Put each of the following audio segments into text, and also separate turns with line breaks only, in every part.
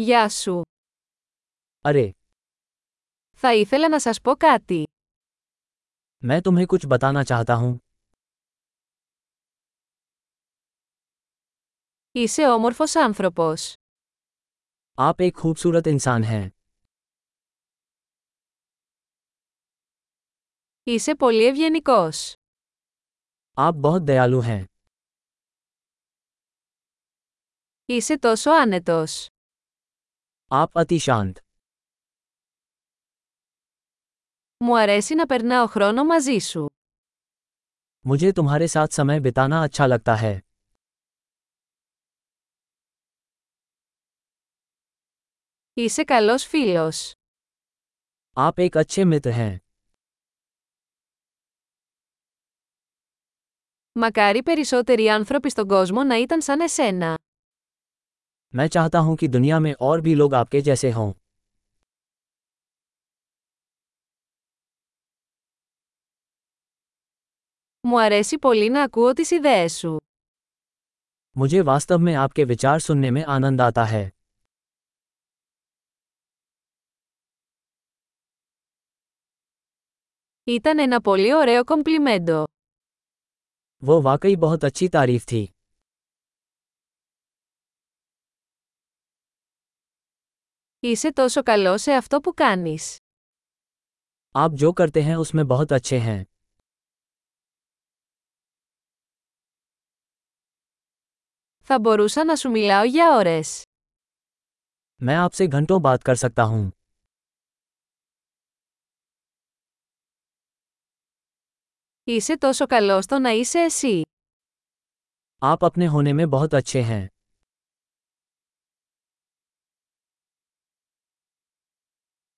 Γεια σου.
अरे
Θα ήθελα να σας πω κάτι.
मैं तुम्हें कुछ बताना चाहता हूँ
Είσαι όμορφος άνθρωπος.
आप एक खूबसूरत इंसान हैं
Είσαι πολύ ευγενικός.
आप बहुत दयालु हैं
Είσαι τόσο άνετος.
आप अति शांत
Μου αρέσει να περνάω χρόνο μαζί σου.
मुझे तुम्हारे साथ समय बिताना अच्छा लगता है
Είσαι καλός φίλος.
आप एक अच्छे मित्र हैं
Μακάρι περισσότεροι άνθρωποι στον κόσμο να ήταν σαν εσένα.
मैं चाहता हूँ कि दुनिया में और भी लोग आपके जैसे हों
Μου αρέσει πολύ να ακούω τις ιδέες σου.
मुझे वास्तव में आपके विचार सुनने में आनंद आता है
Ήταν ένα πολύ ωραίο κομπλιμέντο.
वो वाकई बहुत अच्छी तारीफ थी
Είσαι τόσο καλό σε αυτό που κάνεις.
आप जो करते हैं उसमें बहुत अच्छे हैं
Θα μπορούσα να σου μιλάω για ώρες.
मैं आपसे घंटों बात कर सकता हूँ
Είσαι τόσο καλό στο να είσαι εσύ.
आप अपने होने में बहुत अच्छे हैं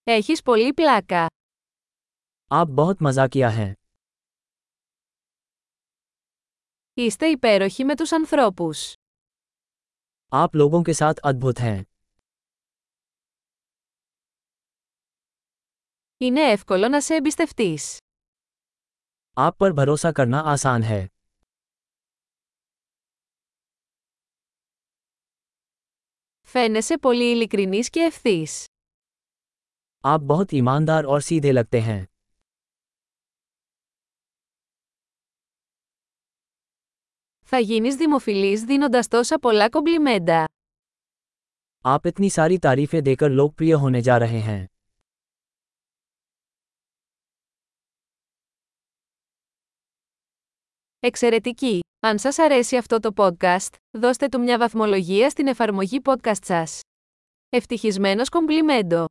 Έχεις πολύ πλάκα.
आप बहुत मजाकिया हैं
Είστε υπέροχοι με τους ανθρώπους.
आप लोगों के साथ अद्भुत हैं
Είναι εύκολο να σε εμπιστευτείς.
आप पर भरोसा करना आसान है
Φαίνεσαι πολύ ειλικρινής και ευθύς.
आप बहुत ईमानदार और सीधे लगते हैं
Θα γίνεις δημοφιλής δίνοντας τόσα πολλά κομπλιμέντα.
आप इतनी सारी तारीफें देकर लोकप्रिय होने जा रहे हैं
Εξαιρετική! Αν σας αρέσει αυτό το podcast, δώστε του μια βαθμολογία στην εφαρμογή podcast σας. Ευτυχισμένος κομπλιμέντο!